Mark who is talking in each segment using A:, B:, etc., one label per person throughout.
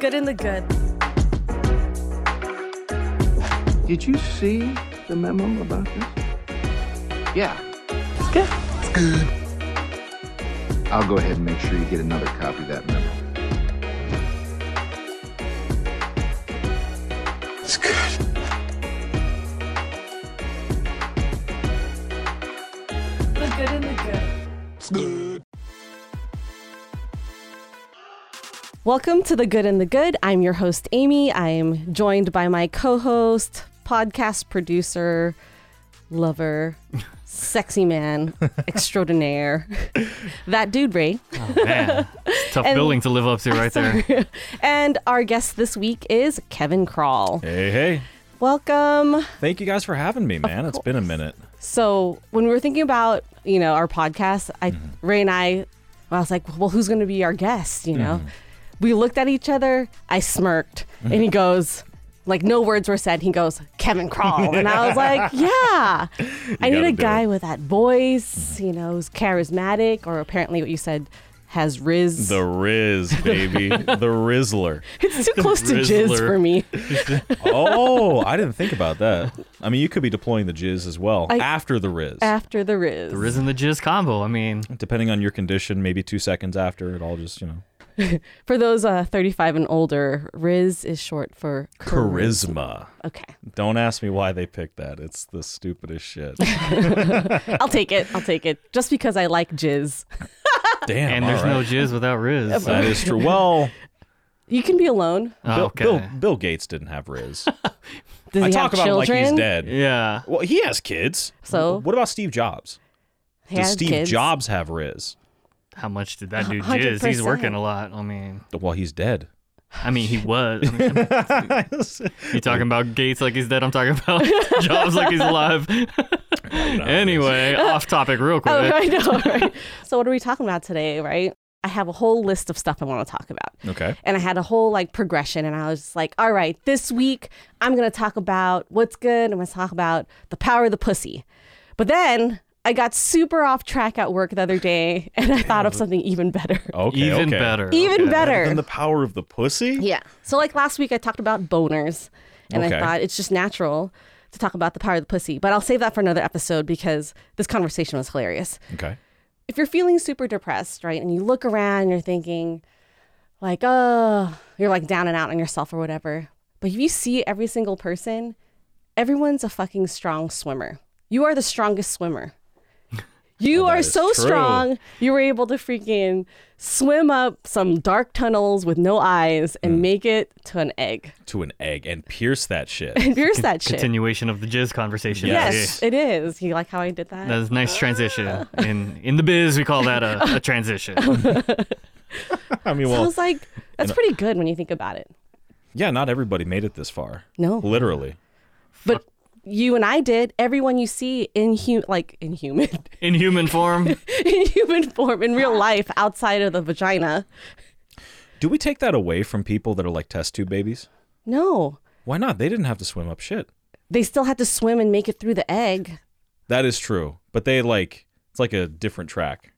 A: good and the good.
B: Did you see the memo about this? Yeah.
A: It's good.
B: I'll go ahead and make sure you get another copy of that memo.
A: The good and the good. Welcome to The Good and the Good. I'm your host, Amy. I'm joined by my co host, podcast producer, lover, sexy man, extraordinaire, that dude, Ray.
C: Man, it's a tough
A: And-
C: building to live up to right there.
A: And our guest this week is Kevin Krall.
D: Hey, hey.
A: Welcome.
D: Thank you guys for having me, man. It's been a minute.
A: So when we were thinking about you know our podcast, I Ray and I, I was like, well, who's going to be our guest? You know, we looked at each other. I smirked, and he goes, like no words were said. He goes, Kevin Crawl, and I was like, yeah, I need
D: gotta
A: a
D: do
A: guy
D: it.
A: with that voice. You know, who's charismatic, or apparently what you said has Riz.
D: The Riz, baby. the Rizzler.
A: it's too close to jizz
C: Rizzler.
A: for me.
D: Oh, I didn't think about that. I mean, you could be deploying the Jizz as well
A: I-
D: after the Riz.
A: After the Riz.
C: Riz and the Jizz combo. I mean,
D: Depending on your condition, maybe two seconds after, it all just, you know.
A: For those uh, 35 and older, Riz is short for chariz-
D: Charisma.
A: Okay,
D: Don't ask me why they picked that. It's the stupidest shit.
A: I'll take it. I'll take it. Just because I like jizz.
D: Damn.
C: and there's
D: all
C: no
D: right.
C: Jizz without Riz. so-
D: That is true. Well,
A: You can be alone.
C: Oh,
D: Bill,
C: okay.
D: Bill, Bill Gates didn't have Riz.
A: Does
D: I
A: he
D: talk
A: have
D: about
A: children?
D: him like he's dead.
C: Yeah.
D: Well, he has kids.
A: So?
D: what about Steve Jobs?
A: He
D: Does
A: has
D: Steve
A: kids.
D: Jobs have Riz?
C: How much did that dude jizz? He's
A: 100%.
C: working a lot. I mean,
D: Well, he's dead.
C: I mean, he was. I mean, you talking about Gates like he's dead? I'm talking about Jobs like he's alive. anyway, off topic real quick.
A: Oh, I know. Right? so what are we talking about today, right? I have a whole list of stuff I want to talk about.
D: Okay.
A: And I had a whole like progression and I was just like, all right, this week I'm going to talk about what's good. I'm going to talk about the power of the pussy. But then I got super off track at work the other day and I thought of something even better.
D: Okay.
C: Even
D: Oh, okay.
C: better.
A: Even
C: okay.
A: better.
D: Than the power of the pussy?
A: Yeah. So like last week I talked about boners and I
D: Okay.
A: thought it's just natural to talk about the power of the pussy, but I'll save that for another episode because this conversation was hilarious.
D: Okay.
A: If you're feeling super depressed, right, and you look around and you're thinking like, "Oh, you're like down and out on yourself or whatever." But if you see every single person, everyone's a fucking strong swimmer. You are the strongest swimmer. You
D: Oh, that
A: are
D: is
A: so
D: true.
A: strong, you were able to freaking swim up some dark tunnels with no eyes and
D: Hmm.
A: make it to an egg.
D: To an egg and pierce that shit.
A: And Here's that shit.
C: Continuation of the jizz conversation.
A: Yes, Ah. it is. You like how I did that?
C: That's a nice transition. In in the biz, we call that a, a transition.
D: I mean,
A: I
D: well,
A: was like, that's pretty good when you think about it.
D: yeah, not everybody made it this far.
A: No.
D: Literally.
A: But you and I did. Everyone you see in hu- like in human,
C: In human form,
A: in human form in real life outside of the vagina.
D: Do we take that away from people that are like test tube babies?
A: No,
D: Why not? They didn't have to swim up shit.
A: they still had to swim and make it through the egg.
D: That is true. But they like it's like a different track.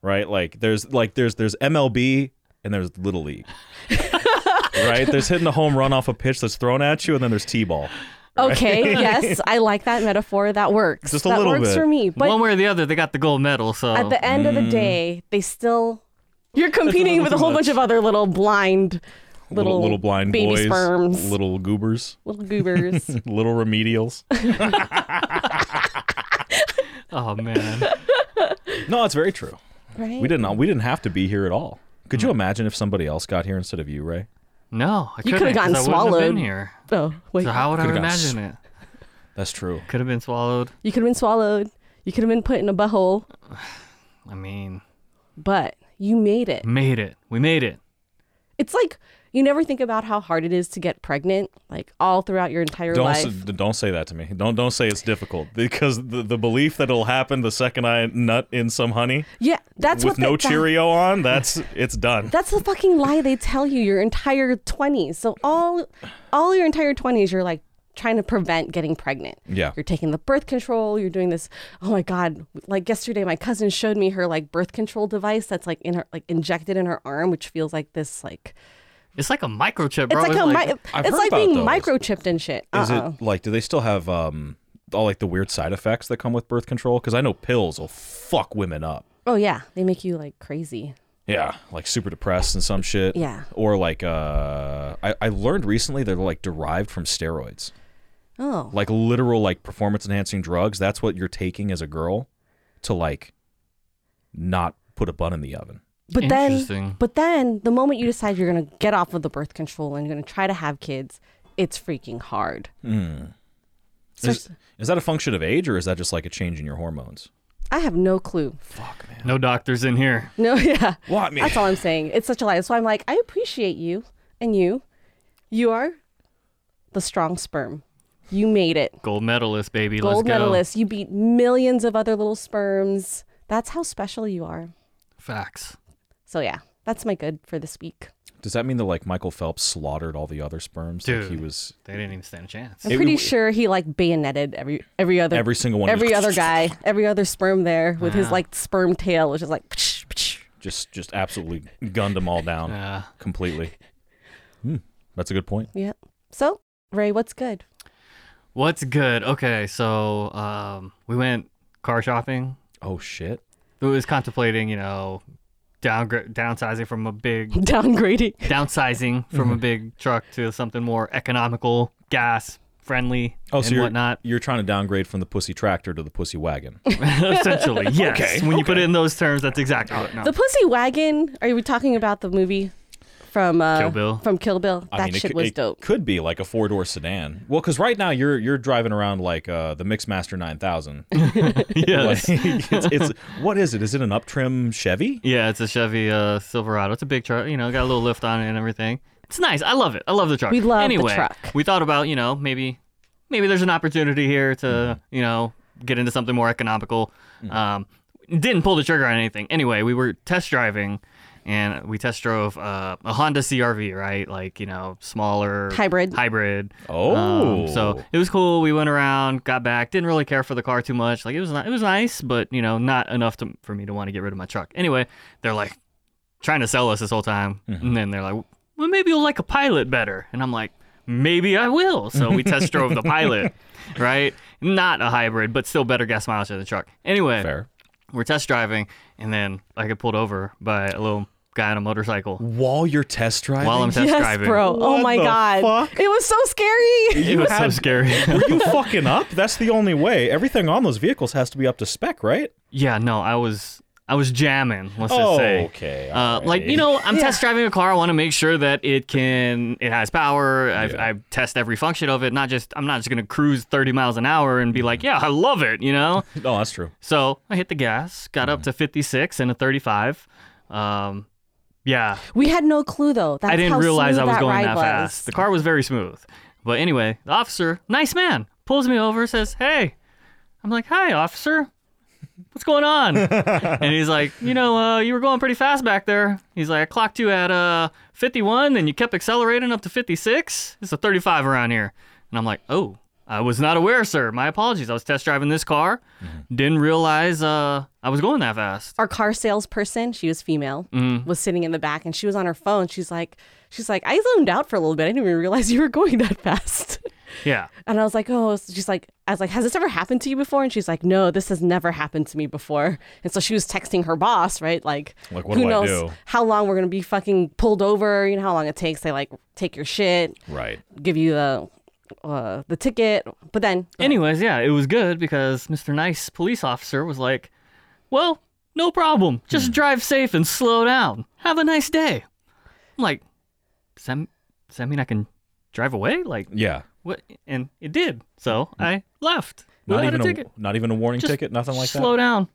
D: Right? Like there's like there's there's MLB and there's Little League. right? There's hitting a home run off a pitch that's thrown at you and then there's T ball.
A: Okay, yes, I like that metaphor. That works.
D: Just a
A: that
D: little
A: works
D: bit.
A: for me. But
C: one way or the other, they got the gold medal. So
A: at the end of
D: Mm.
A: the day, they still you're competing
D: little
A: with a
D: too
A: whole
D: much.
A: bunch of other little blind little
D: Little little blind
A: baby
D: boys.
A: sperms, little,
D: Little goobers.
A: goobers.
D: Little remedials.
C: oh man,
D: No, it's very true.
A: right?
D: We didn't. We didn't have to be here at all. Could you imagine if somebody else got here instead of you, Ray?
C: no, I
A: You
C: couldn't,
A: coulda
C: 'cause
A: gotten
C: I wouldn't have
A: swallowed.
C: been here.
A: Oh wait,
C: So how would I
D: Coulda gotten
C: imagine it?
D: That's true.
C: Could have been swallowed.
A: you could have been swallowed. You could have been put in a butthole,
C: I mean,
A: but you made it.
C: made it. We made it.
A: It's like you never think about how hard it is to get pregnant, like all throughout your entire
D: Don't
A: life.
D: s- don't say that to me. Don't don't say it's difficult because the, the belief that it'll happen the second I nut in some honey
A: yeah, that's
D: with
A: what they-
D: no
A: that-
D: Cheerio on, that's it's done.
A: That's the fucking lie they tell you your entire 20s. So all all your entire 20s you're like trying to prevent getting pregnant.
D: Yeah.
A: You're taking the birth control, you're doing this. Oh my god, like yesterday my cousin showed me her like birth control device that's like in her like injected in her arm which feels like this like
C: It's like a microchip,
A: It's
C: bro.
A: like, a mi-
D: I've
A: it's
D: heard
A: like
D: about
A: being
D: those.
A: microchipped and shit.
D: Is
A: Uh-uh.
D: it like do they still have um all like the weird side effects that come with birth control? Because I know pills will fuck women up.
A: Oh yeah, they make you like crazy.
D: Yeah, like super depressed and some shit.
A: Yeah.
D: Or like uh I, I learned recently they're like derived from steroids.
A: Oh,
D: Like literal like performance enhancing drugs. That's what you're taking as a girl to like not put a bun in the oven.
A: but
C: Interesting.
A: then, but then the moment you decide you're gonna get off of the birth control and you're gonna try to have kids, it's freaking hard.
D: Hmm.
A: So-
D: Is, is that a function of age or is that just like a change in your hormones?
A: I have no clue.
C: no doctors in here.
A: No, yeah.
D: Well, I mean
A: That's all I'm saying. It's such a lie. So I'm like, I appreciate you and you. You are the strong sperm. You made it.
C: Gold medalist, baby.
A: Gold
C: Let's go.
A: medalist. You beat millions of other little sperms. That's how special you are.
C: Facts.
A: So yeah, that's my good for this week.
D: Does that mean that like Michael Phelps slaughtered all the other sperms? Like he
C: Dude.
D: was
C: They didn't even stand a chance.
A: I'm
D: It-
A: pretty
D: it-
A: sure he like bayoneted every every other
D: every single one
A: every
D: just,
A: other guy, every other sperm there with his like sperm tail, which is like psh, psh.
D: just just absolutely gunned them all down
C: Yeah.
D: completely. Hmm, that's a good point.
A: yeah. So Ray, what's good?
C: What's good? Okay, so um, we went car shopping.
D: Oh shit.
C: We was contemplating, you know, downgra- downsizing from a big
A: Downgrading.
C: downsizing from
D: Mm-hmm.
C: a big truck to something more economical, gas friendly,
D: Oh,
C: and
D: so you're
C: whatnot.
D: you're trying to downgrade from the pussy tractor to the pussy wagon.
C: Essentially, yes. when you put it in those terms, that's exactly what. No.
A: The pussy wagon. Are we talking about the movie from uh,
C: Kill Bill.
A: From Kill Bill. That
D: I mean, it
A: shit
D: cou-
A: was
D: it
A: dope.
D: Could be like a four door sedan. Well, because right now you're you're driving around like uh, the Mixmaster nine thousand.
C: yes.
D: it's, it's what is it? Is it an uptrim Chevy?
C: Yeah, it's a Chevy uh, Silverado. It's a big truck. You know, got a little lift on it and everything. It's nice. I love it. I love the truck.
A: We love the
C: anyway,
A: truck.
C: We thought about you know maybe maybe there's an opportunity here to
A: Mm-hmm.
C: you know get into something more economical. Um, didn't pull the trigger on anything. Anyway, we were test driving. And we test drove uh, a Honda CRV, right? Like you know, smaller
A: Hybrid.
C: Hybrid.
D: Oh.
C: Um, so it was cool. We went around, got back, didn't really care for the car too much. Like it was, ni- it was nice, but you know, not enough to, for me to want to get rid of my truck. Anyway, they're like trying to sell us this whole time,
D: Mm-hmm.
C: and then they're like, "Well, maybe you'll like a pilot better," and I'm like, "Maybe I will." So we test drove the pilot, right? Not a hybrid, but still better gas mileage than the truck. Anyway,
D: Fair.
C: we're test driving, and then I get pulled over by a little guy on a motorcycle
D: While you're test driving,
C: while I'm test
A: Yes,
C: driving.
A: bro. oh
D: What
A: my
D: the
A: god.
D: fuck?
A: It was so scary.
C: It was so scary.
D: Were you fucking up? That's the only way. Everything on those vehicles has to be up to spec, right?
C: Yeah, no, I was I was jamming. Let's just say.
D: Oh, okay.
C: Uh, like you know, I'm test driving a car. I want to make sure that it can, it has power. I, I test every function of it. Not just, I'm not just gonna cruise 30 miles an hour and be like, yeah, I love it. You know.
D: No, that's true.
C: so I hit the gas, got up to 56 and a 35. Um, yeah,
A: We had no clue though. That's
C: I didn't
A: how
C: realize I
A: smooth
C: was
A: that
C: going
A: ride
C: that
A: was.
C: fast. The car was very smooth. But anyway, the officer, nice man, pulls me over, says, Hey. I'm like, Hi, officer. What's going on? and he's like, You know, uh, you were going pretty fast back there. He's like, I clocked you at uh, 51, and you kept accelerating up to 56. It's a 35 around here. And I'm like, Oh, I was not aware, sir. My apologies. I was test driving this car,
A: Mm-hmm.
C: didn't realize uh, I was going that fast.
A: our car salesperson, she was female, was sitting in the back and she was on her phone. She's like, she's like, I zoned out for a little bit. I didn't even realize you were going that fast.
C: Yeah.
A: And I was like, oh, so she's like, I was like, has this ever happened to you before? And she's like, no, this has never happened to me before. And so she was texting her boss, right? Like,
D: Like, what
A: who
D: do I
A: knows
D: do?
A: how long we're going to be fucking pulled over, you know, how long it takes. They like take your shit,
D: Right.
A: give you the, uh, the ticket. But then,
C: Anyways, yeah, it was good because Mr. Nice police officer was like, "Well, no problem. Just
D: Hmm.
C: drive safe and slow down. Have a nice day." I'm like, "Does that, does that mean I can drive away?" Like,
D: Yeah.
C: what? And it did. So I left.
D: Hmm. Not
C: without
D: even
C: a
D: a,
C: ticket.
D: not even a warning
C: Just
D: ticket. Nothing like
C: slow down.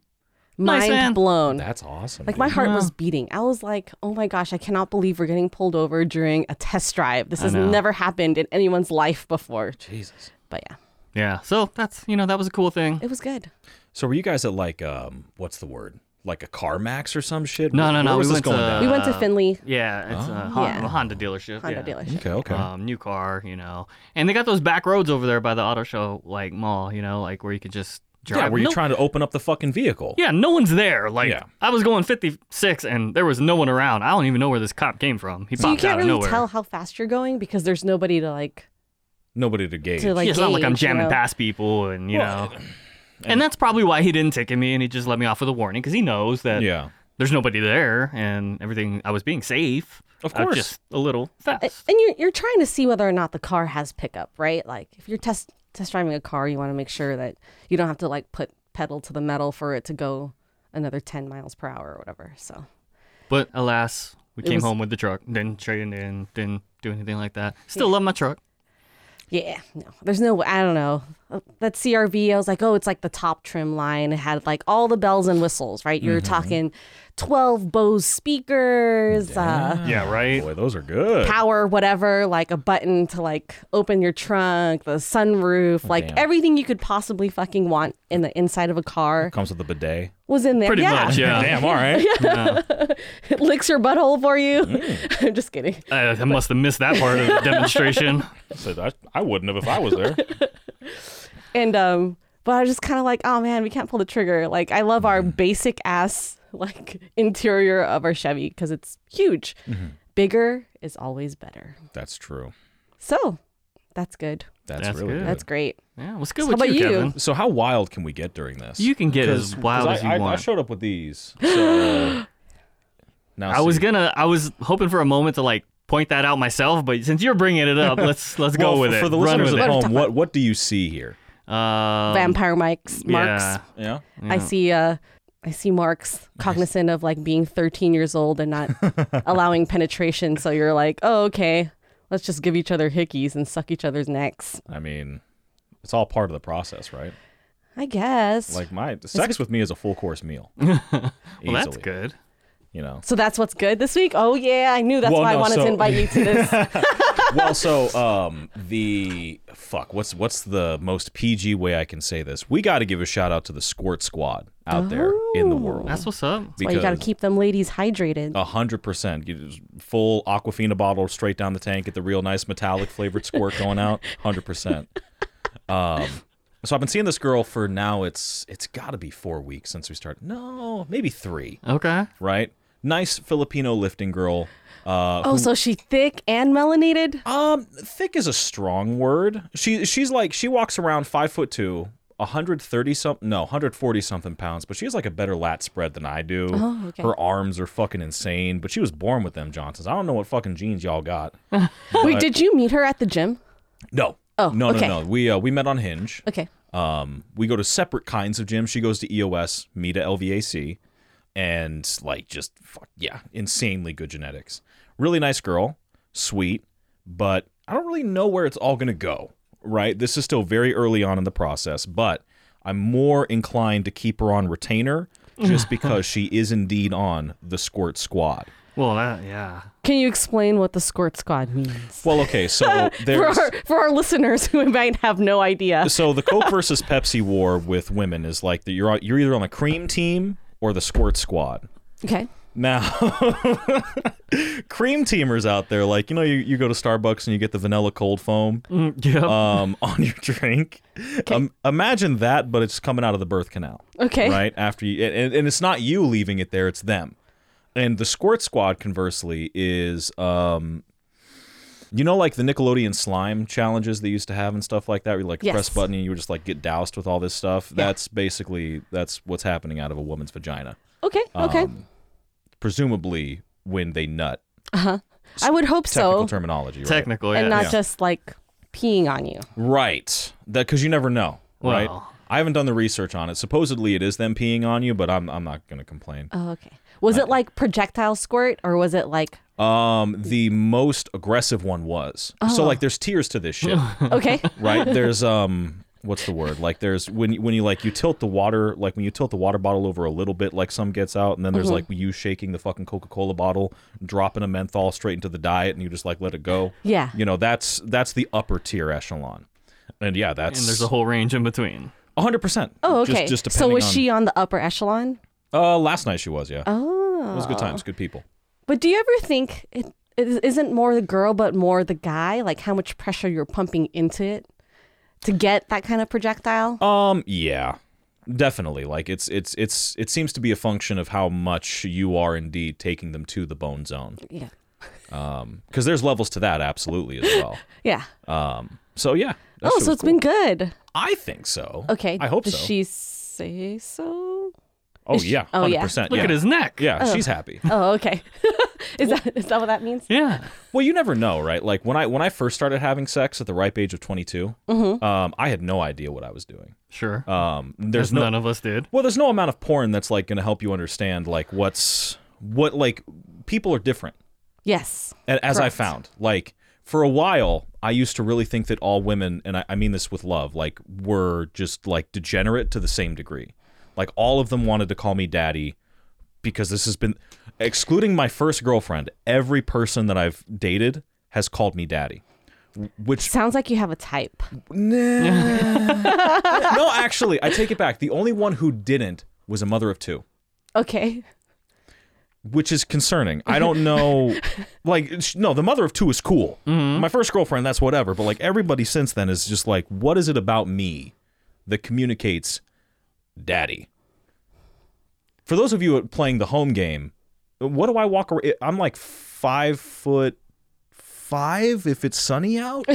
C: Nice
A: mind
C: man.
A: blown.
D: that. That's awesome.
A: Like my
D: dude.
A: heart was beating. I was like, "Oh my gosh, I cannot believe we're getting pulled over during a test drive. This has never happened in anyone's life before."
D: Jesus.
A: But yeah,
C: Yeah. So that's you know that was a cool thing.
A: it was good.
D: So were you guys at like um what's the word like a CarMax or some shit?
C: No,
D: Where-
C: no, no,
D: where was
C: we
D: this
C: went
D: going
C: to-
D: down?
A: We went to
C: Uh,
A: Finley
C: Yeah, it's a, Hon-
A: Yeah.
C: a Honda dealership.
A: Honda
C: yeah.
A: dealership.
D: Oh. Okay. Okay.
C: Um, new car, you know, and they got those back roads over there by the auto show like mall, you know, like where you could just drive.
D: yeah, were you
C: no,
D: trying to open up the fucking vehicle?
C: Yeah, no one's there. Like
D: Yeah.
C: I was going 56 and there was no one around. I don't even know where this cop came from. He
A: So you
C: popped out
A: can't
C: of
A: really
C: nowhere.
A: tell how fast you're going because there's nobody to like
D: Nobody to gauge.
A: to like.
C: yeah, it's not like I'm
A: gauge, you
C: jamming
A: know?
C: past people and you know. And that's probably why he didn't ticket me and he just let me off with a warning because he knows that
D: yeah.
C: there's nobody there and everything. I was being safe.
D: Of
C: I was
D: course.
C: just a little
A: And
C: fast.
A: you're you're trying to see whether or not the car has pickup, right? Like if you're test test driving a car, you want to make sure that you don't have to like put pedal to the metal for it to go another 10 miles per hour or whatever. So
C: But alas, we
A: It
C: came
A: was-
C: home with the truck. Didn't trade it in. Didn't do anything like that. Still love my truck.
A: Yeah, no, there's no. I don't know. Uh, That CRV, I was like, oh, it's like the top trim line. It had like all the bells and whistles, right? You're
C: Mm-hmm.
A: talking 12 Bose speakers, uh,
C: Yeah, right.
D: Boy, those are good.
A: power, whatever, like a button to like open your trunk, the sunroof,
C: Oh,
A: like
D: damn.
A: everything you could possibly fucking want in the inside of a car
D: Comes with a bidet.
A: was in there.
C: Pretty
A: yeah,
C: much. Uh, Yeah.
D: Damn, all right.
A: it licks your butthole for you.
C: Mm.
A: I'm just kidding.
C: I, I must have missed that part of the demonstration.
D: Said, I, I wouldn't have if I was there.
A: And um, but I was just kind of like, oh man, we can't pull the trigger. Like I love
C: Mm-hmm.
A: our basic ass like interior of our Chevy because it's huge.
C: Mm-hmm.
A: Bigger is always better.
D: That's true.
A: So that's good.
D: That's,
C: That's
D: really
C: good.
D: good.
A: That's great.
C: Yeah, what's good
A: So
C: with
A: how
C: you,
A: about you?
C: Kevin?
D: So how wild can we get during this?
C: You can get
D: 'Cause-
C: as wild
D: 'cause
C: as
D: I,
C: you
D: I, I
C: want.
D: showed up with these. So uh, now
C: I was
D: see.
C: gonna, I was hoping for a moment to like point that out myself, but since you're bringing it up, let's let's
D: Well,
C: go with
D: for,
C: it.
D: For the
C: Run
D: listeners
C: with
D: at
C: it.
D: home, what what do you see here?
C: Um,
A: Vampire Mike's marks.
C: Yeah.
D: Yeah.
A: I see. Uh, I see marks cognizant of like being 13 years old and not allowing penetration. So you're like, oh okay, let's just give each other hickeys and suck each other's necks.
D: I mean, it's all part of the process, right?
A: I guess.
D: Like my sex with me is a full course meal.
A: Mm.
C: Well, that's good.
D: You know.
A: so that's what's good this week. Oh yeah, I knew that's
D: Well,
A: why
D: no,
A: I wanted
D: so-
A: to invite you to this.
D: well, so um, the fuck. What's what's the most PG way I can say this? We got to give a shout out to the Squirt Squad out there in the world.
C: That's what's up.
A: Well, Oh. you got to keep them ladies hydrated.
D: A hundred percent. Get his Full Aquafina bottle straight down the tank. Get the real nice metallic flavored squirt going out. Hundred percent. Um, so I've been seeing this girl for now. It's it's got to be four weeks since we started. No, maybe three.
C: Okay.
D: Right. Nice Filipino lifting girl. Uh,
A: oh, so she thick and melanated?
D: Um, thick is a strong word. She she's like she walks around five foot two, hundred thirty something, no, hundred forty something pounds. But she has like a better lat spread than I do.
A: Oh, okay.
D: Her arms are fucking insane. But she was born with them Johnsons. I don't know what fucking genes y'all got.
A: Wait, did you meet her at the gym?
D: No.
A: Oh,
D: no,
A: okay.
D: no, no. We uh, we met on Hinge.
A: Okay.
D: Um, we go to separate kinds of gyms. She goes to EOS, me to LVAC, and like just fuck yeah, insanely good genetics. Really nice girl, sweet, but I don't really know where it's all gonna go. Right, this is still very early on in the process, but I'm more inclined to keep her on retainer just because she is indeed on the Squirt Squad.
C: Well, that, yeah.
A: Can you explain what the squirt squad means?
D: Well, okay, so
A: For
D: there's
A: our, for our listeners who might have no idea.
D: so the Coke versus Pepsi war with women is like that you're on- you're either on the cream team or the Squirt Squad.
A: Okay.
D: Now, cream teamers out there, like, you know, you, you go to Starbucks and you get the vanilla cold foam
A: Mm-hmm.
C: Mm, Yep.
D: um, on your drink. Um, imagine that, but it's coming out of the birth canal.
A: Okay.
D: Right? After you, and, and it's not you leaving it there, it's them. And the squirt squad, conversely, is, um, you know, like the Nickelodeon slime challenges they used to have and stuff like that, where you like
A: Yes.
D: press button and you would just like get doused with all this stuff. That's basically, that's what's happening out of a woman's vagina
A: Okay. Okay.
D: Um, presumably when they nut.
A: I would hope
D: Technical
A: so.
D: terminology, right?
C: Technical, yeah.
A: and not just like peeing on you.
D: right? That because you never know, right?
C: Well.
D: I haven't done the research on it. Supposedly it is them peeing on you, but I'm I'm not gonna complain.
A: Oh, okay. Was it like projectile squirt or was it like
D: Um, the most aggressive one was so
C: Oh.
D: like there's tiers to this shit,
A: okay?
D: right? There's um. What's the word? Like there's when you- when you like you tilt the water like when you tilt the water bottle over a little bit like some gets out and then there's like
C: Mm-hmm.
D: you shaking the fucking Coca-Cola bottle dropping a menthol straight into the diet and you just like let it go.
A: Yeah.
D: you know that's that's the upper tier echelon and yeah that's
C: and there's a whole range in between.
D: 100%
A: Oh,
D: Just-
A: okay.
D: just,
A: so
D: depending
A: was
D: on-
A: she on the upper echelon?
D: uh last night she was yeah
A: Oh.
D: it was good times good people
A: But do you ever think it, it isn't more the girl but more the guy? Like how much
D: Oh.
A: pressure you're pumping into it to get that kind of projectile?
D: um yeah Definitely, like it's it's it's it seems to be a function of how much you are indeed taking them to the bone zone,
A: Yeah.
D: because there's levels to that absolutely as well.
A: Yeah.
D: Um, so yeah. that
A: oh,
D: shit
A: so
D: was
A: it's
D: cool.
A: been good.
D: I think so.
A: Okay.
D: I hope
A: Does
D: so.
A: she say so?
D: oh
A: is she-
D: yeah.
A: oh, yeah.
D: 100%,
C: Look
D: yeah.
C: at his neck.
D: Yeah, she's happy.
A: Oh, okay. is that is that what that means?
C: Yeah.
D: Well, you never know, right? Like when I when I first started having sex at the ripe age of 22,
A: Mm-hmm.
D: um, I had no idea what I was doing.
C: Sure.
D: Um, there's
C: As
D: no
C: none of us did.
D: well, there's no amount of porn that's like going to help you understand like what's what like people are different.
A: Yes.
D: A- as I
A: Correct.
D: found. Like for a while, I used to really think that all women, and I, I mean this with love, like were just like degenerate to the same degree. Like all of them wanted to call me daddy because this has been, excluding my first girlfriend, every person that I've dated has called me daddy. Which
A: Sounds like you have a type.
D: no, actually, I take it back. The only one who didn't was a mother of two.
A: Okay.
D: which is concerning. I don't know. like, sh- no, the mother of two is cool. My first girlfriend, that's whatever. But like everybody since then is just like, what is it about me that communicates daddy? For those of you playing the home game, what do I walk around? I'm like five foot five if it's sunny out.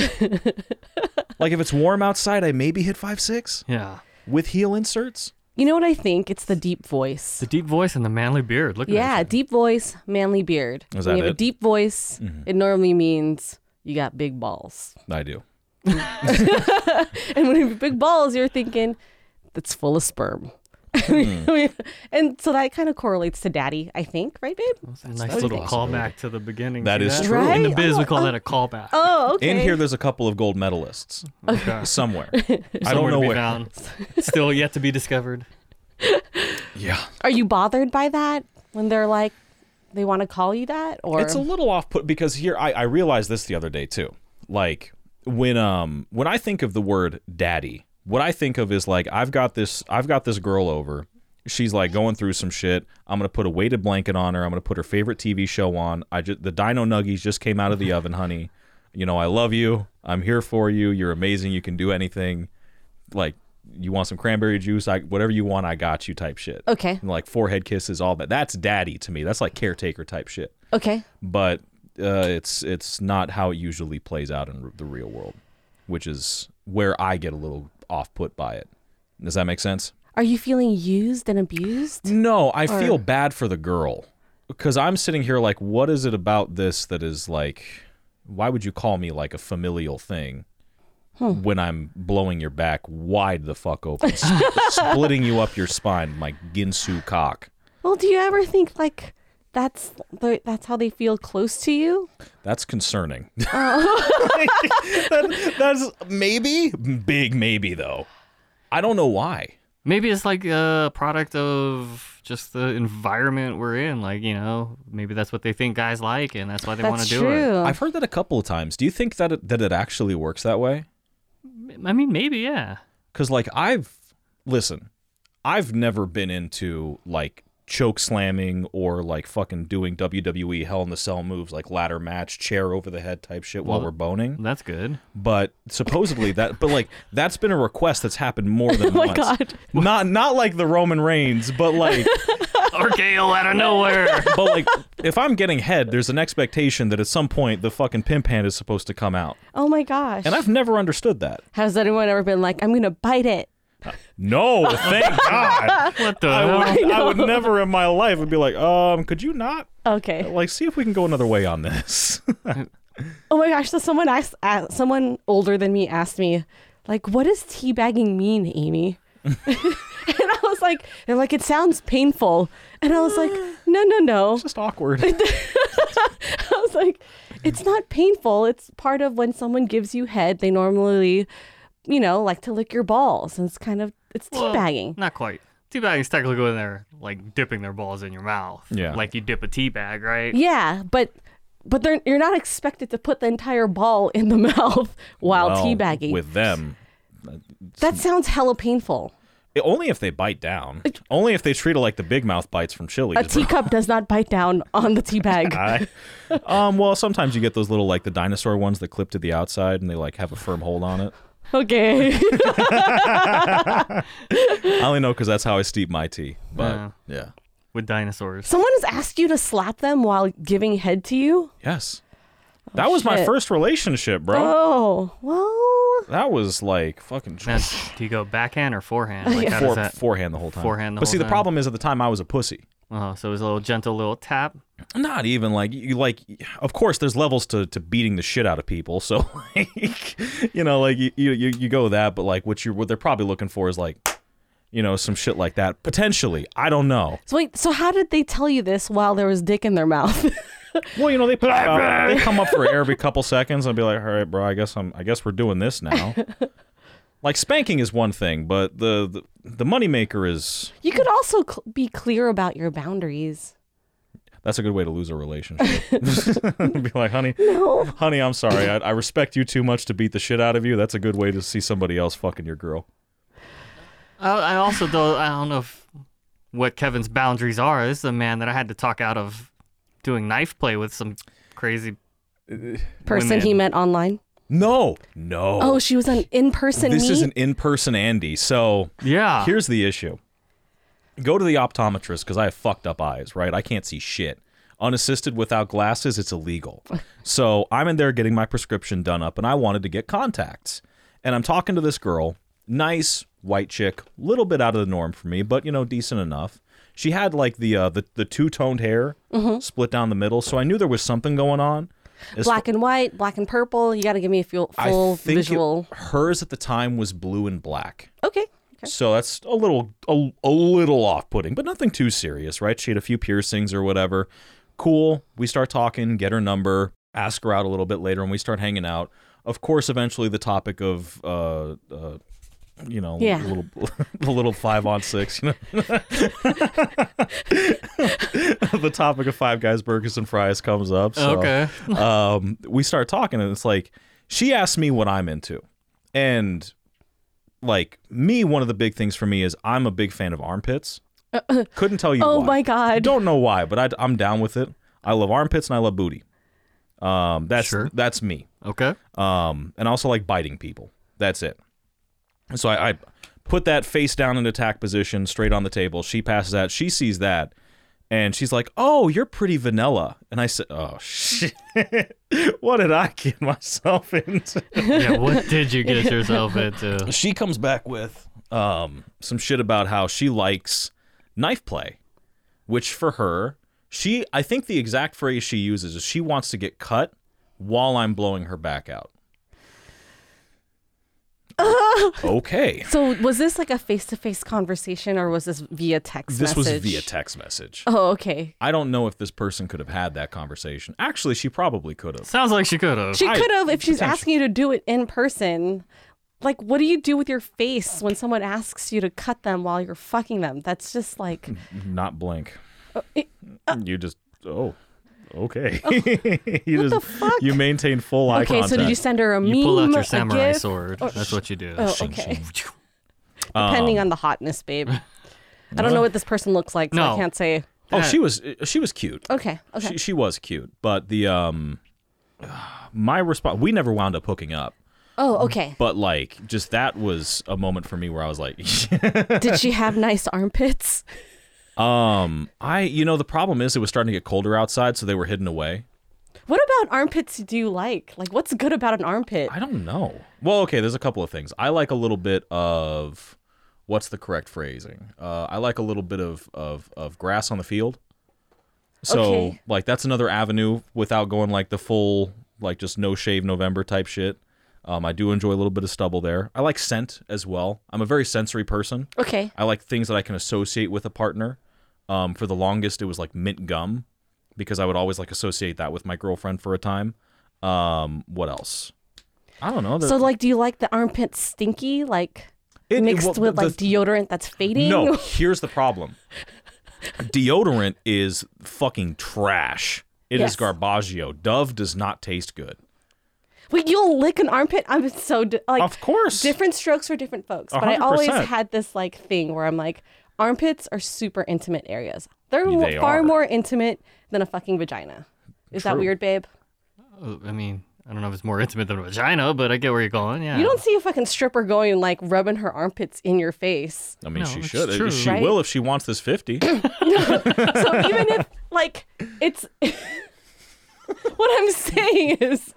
D: like if it's warm outside, I maybe hit five six
C: Yeah.
D: with heel inserts.
A: You know what I think? It's the deep voice.
C: The deep voice and the manly beard. Look at
A: yeah,
C: this.
A: deep voice, manly beard.
D: Is
A: when
D: that
A: you have a
D: it? Mm-hmm.
A: deep voice, it normally means you got big balls.
D: I do.
A: And when you have big balls, you're thinking that's full of sperm. I mean- I
D: Mm-hmm.
A: mean, and so that kind of correlates to daddy, I think, right, babe?
C: It's a nice little callback to the beginning.
D: That
C: See
D: is true.
C: In the
A: Right?
C: biz, we
A: Oh,
C: call that a callback.
A: Oh, okay.
D: In here, there's a couple of gold medalists.
C: Okay.
D: somewhere. I
C: Somewhere
D: don't
C: to
D: know
C: be
D: where.
C: found. Still yet to be discovered.
D: Yeah,
A: Are you bothered by that when they're like, they want to call you that? Or
D: it's a little off put because here I, I realized this the other day too. Like when um when I think of the word daddy, what I think of is like I've got this I've got this girl over. She's like going through some shit. I'm gonna put a weighted blanket on her. I'm gonna put her favorite TV show on. I just the Dino Nuggies just came out of the oven, honey. You know I love you. I'm here for you. You're amazing. You can do anything. Like you want some cranberry juice? I whatever you want, I got you. Type shit.
A: Okay.
D: And, like forehead kisses, all that. That's daddy to me. That's like caretaker type shit.
A: Okay.
D: But uh, it's it's not how it usually plays out in r- the real world, which is where I get a little off put by it. Does that make sense?
A: Are you feeling used and abused?
D: No, I feel bad for the girl because I'm sitting here like, what is it about this that is like? Why would you call me like a familial thing? When I'm blowing your back wide the fuck open, s- splitting you up your spine, my Ginsu cock.
A: Well, do you ever think like that's the, that's how they feel close to you?
D: That's concerning.
A: Oh.
D: That- that's maybe big, maybe though. I don't know why.
C: Maybe it's like a product of just the environment we're in. Like, you know, maybe that's what they think guys like and that's why they want to
A: That's
C: do
A: true.
C: it.
D: I've heard that a couple of times. Do you think that it, that it actually works that way?
C: I mean, maybe, yeah.
D: Because like I've listen, I've never been into like choke slamming or like fucking doing WWE Hell in the Cell moves like ladder match, chair over the head type shit while
C: Well-
D: we're boning.
C: That's good.
D: But supposedly that, but like that's been a request that's happened more than
A: Oh my
D: once.
A: God.
D: Not not like the Roman Reigns, but like.
C: RKO out of nowhere.
D: but like if I'm getting head, there's an expectation that at some point the fucking pimp hand is supposed to come out.
A: Oh my gosh.
D: And I've never understood that.
A: Has anyone ever been like, I'm going to bite it?
D: No, thank God.
C: What the
D: I
C: hell?
D: would, I would never in my life would be like, um, could you not
A: Okay.
D: like see if we can go another way on this?
A: Oh my gosh. So someone asked, uh, someone older than me asked me, like, what does teabagging mean, Amy? and I was like, they're like, it sounds painful. And I was like, no, no, no.
D: Just awkward.
A: I was like, it's not painful. It's part of when someone gives you head, they normally, you know, like to lick your balls. And it's kind of, it's
C: Well,
A: teabagging.
C: Not quite. Teabagging is technically when they're like dipping their balls in your mouth.
D: Yeah.
C: Like you dip a tea bag, right?
A: Yeah, but. But they're, you're not expected to put the entire ball in the mouth while
D: Well,
A: teabagging.
D: with them,
A: That sounds hella painful.
D: only if they bite down. Only if they treat it like the big mouth bites from Chili's.
A: A teacup does not bite down on the tea bag.
D: I- um, well, sometimes you get those little like the dinosaur ones that clip to the outside and they like have a firm hold on it.
A: Okay.
D: I only know because that's how I steep my tea. But
C: Yeah.
D: yeah.
C: with dinosaurs.
A: Someone has asked you to slap them while giving head to you?
D: Yes. that was my
A: Oh, shit.
D: first relationship, bro.
A: Oh, well,
D: that was like fucking
C: Now, do you go backhand or forehand? Like, how does
D: four,
C: that?
D: forehand the whole time.
C: Forehand the
D: but
C: whole
D: see, the
C: time.
D: problem is at the time I was a pussy.
C: Oh, so it was a little gentle little tap.
D: Not even like you like. Of course, there's levels to, to beating the shit out of people. So like, you know, like you you, you you go with that, but like what you are what they're probably looking for is like, you know, some shit like that potentially. I don't know.
A: so wait, so how did they tell you this while there was dick in their mouth?
D: Well, you know, they put it out- they come up for air every couple seconds and be like, "All right, bro, I guess I'm I guess we're doing this now." like spanking is one thing, but the the, the moneymaker is
A: you could also cl- be clear about your boundaries.
D: that's a good way to lose a relationship. be like, "Honey, honey, I'm sorry. I, I respect you too much to beat the shit out of you. That's a good way to see somebody else fucking your girl."
C: I, Oh, I also though I don't know if, what Kevin's boundaries are. This is a man that I had to talk out of doing knife play with some crazy.
A: Person
C: Women.
A: he met online.
D: No, no.
A: Oh, she was an in-person
D: this
A: meet?
D: is an in-person Andy.
A: Ah.
D: So
C: Yeah.
D: Here's the issue. Go to the optometrist because I have fucked up eyes, right? I can't see shit. Unassisted without glasses, it's illegal. so I'm in there getting my prescription done up and I wanted to get contacts. And I'm talking to this girl, nice white chick, little bit out of the norm for me, but you know, decent enough. She had like the uh, the, the two toned hair
A: Mm-hmm.
D: split down the middle, so I knew there was something going on. As
A: black and white, black and purple. You got to give me a full,
D: I
A: full
D: think it-
A: visual.
D: hers at the time was blue and black.
A: okay. okay.
D: So that's a little a, a little off-putting, but nothing too serious, right? She had a few piercings or whatever. Cool. We start talking, get her number, ask her out a little bit later, and we start hanging out. Of course, eventually the topic of uh, uh you know,
A: Yeah.
D: the little the little five on six, you know, the topic of Five Guys Burgers and Fries comes up. So
C: Okay.
D: um, we start talking, and it's like she asked me what I'm into, and like me, one of the big things for me is I'm a big fan of armpits. Couldn't tell you.
A: Oh
D: why.
A: my God.
D: Don't know why, but I, I'm down with it. I love armpits and I love booty. Um, that's
C: Sure.
D: that's me.
C: Okay.
D: Um, and I also like biting people. That's it. So I, I put that face down in attack position, straight on the table. She passes out. She sees that, and she's like, "Oh, you're pretty vanilla." And I said, "Oh shit, what did I get myself into?"
C: Yeah. What did you get yourself into?
D: she comes back with um, some shit about how she likes knife play, which for her, she I think the exact phrase she uses is she wants to get cut while I'm blowing her back out. okay.
A: So was this like a face-to-face conversation or was this via text
D: This was
A: message?
D: via text message.
A: Oh, okay.
D: I don't know if this person could have had that conversation. Actually, she probably could have.
C: Sounds like she could have.
A: She
D: I-
A: could have if she's
D: potential.
A: asking you to do it in person. Like, what do you do with your face when someone asks you to cut them while you're fucking them? That's just like,
D: Mm-hmm. Not blink.
A: it-
D: you just oh, okay. you
A: uh, what
D: just
A: the fuck?
D: you maintain full eye
A: okay,
D: contact.
A: so did you send her a meme?
C: You pull out
A: a
C: your samurai
A: gif?
C: sword. That's what you do.
A: Oh, okay. Depending
D: Um,
A: on the hotness, babe. I don't know what this person looks like, so I
C: No.
A: can't say.
D: Oh,
C: Yeah.
D: she was she was cute.
A: Okay, Oh, okay.
D: She, she was cute, but the um, my response we never wound up hooking up,
A: oh, okay.
D: but like just that was a moment for me where I was like,
A: Did she have nice armpits?
D: um, I you know the problem is it was starting to get colder outside, so they were hidden away.
A: What about armpits do you like? Like, what's good about an armpit?
D: I don't know. Well, okay, there's a couple of things I like a little bit of. What's the correct phrasing? Uh, I like a little bit of of of grass on the field. So
A: Okay.
D: like that's another avenue without going like the full like just no shave November type shit. Um, I do enjoy a little bit of stubble there. I like scent as well. I'm a very sensory person.
A: Okay.
D: I like things that I can associate with a partner. Um, for the longest, it was like mint gum because I would always like associate that with my girlfriend for a time. Um, what else? I don't know.
A: So, like, do you like the armpit stinky? Like,
D: It- it-
A: mixed
D: well,
A: with
D: the-
A: like deodorant that's fading?
D: No, here's the problem. Deodorant is fucking trash. It
A: Yes.
D: is garbaggio. Dove does not taste good.
A: Wait, you'll lick an armpit? I'm so di- like
D: Of course.
A: different strokes for different folks. But I always
D: 100%.
A: had this like thing where I'm like, armpits are super intimate areas. They're mo-
D: They
A: far
D: are.
A: more intimate than a fucking vagina. Is that
D: True.
A: weird, babe?
C: Oh, I mean, I don't know if it's more intimate than a vagina, but I get where you're going. Yeah.
A: You don't see a fucking stripper going like rubbing her armpits in your face.
D: I mean,
C: No,
D: she
C: it's
D: should.
C: true.
D: She
A: Right?
D: will if she wants this 50.
A: So even if like it's what I'm saying is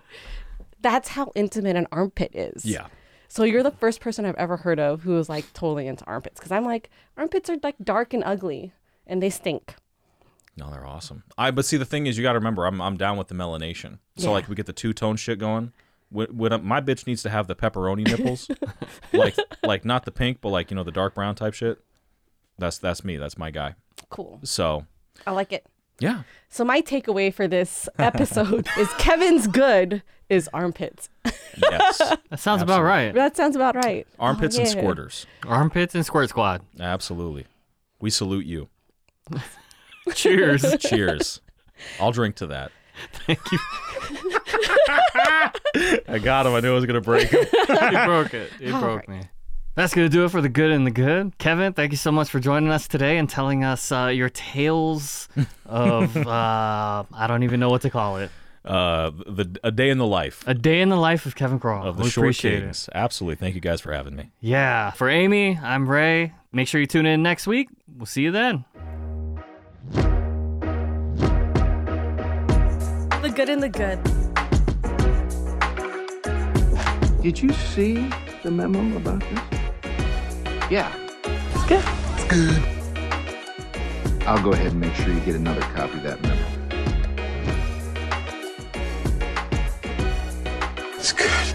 A: that's how intimate an armpit is.
D: yeah.
A: So you're the first person I've ever heard of who is like totally into armpits because I'm like armpits are like dark and ugly and they stink.
D: No, they're awesome. I but see the thing is, you got to remember, I'm I'm down with the melanation. So
A: Yeah.
D: like we get the two tone shit going. When, when uh, my bitch needs to have the pepperoni nipples, like like not the pink, but like you know the dark brown type shit. That's that's me. That's my guy.
A: Cool.
D: So
A: I like it.
D: yeah,
A: So my takeaway for this episode is Kevin's good is armpits.
D: yes,
C: That sounds about right.
A: That sounds about right.
D: armpits and
A: Oh, yeah.
D: squirters.
C: Armpits and squirt squad.
D: Absolutely. We salute you.
C: Cheers.
D: Cheers. I'll drink to that. Thank you. I got him. I knew I was gonna break him.
C: it broke it. It broke me. That's going to do it for the good and the good. Kevin, thank you so much for joining us today and telling us uh, your tales of, uh, I don't even know what to call it.
D: Uh, the a day in the life
C: A day in the life of Kevin Crawl.
D: of the
C: we
D: short
C: appreciate it.
D: kings. Absolutely. Thank you guys for having me.
C: Yeah. For Amy, I'm Ray. Make sure you tune in next week. We'll see you then.
A: The good and the good.
B: Did you see the memo about this? Yeah. It's
A: good.
B: It's good. I'll go ahead and make sure you get another copy of that memo. It's good.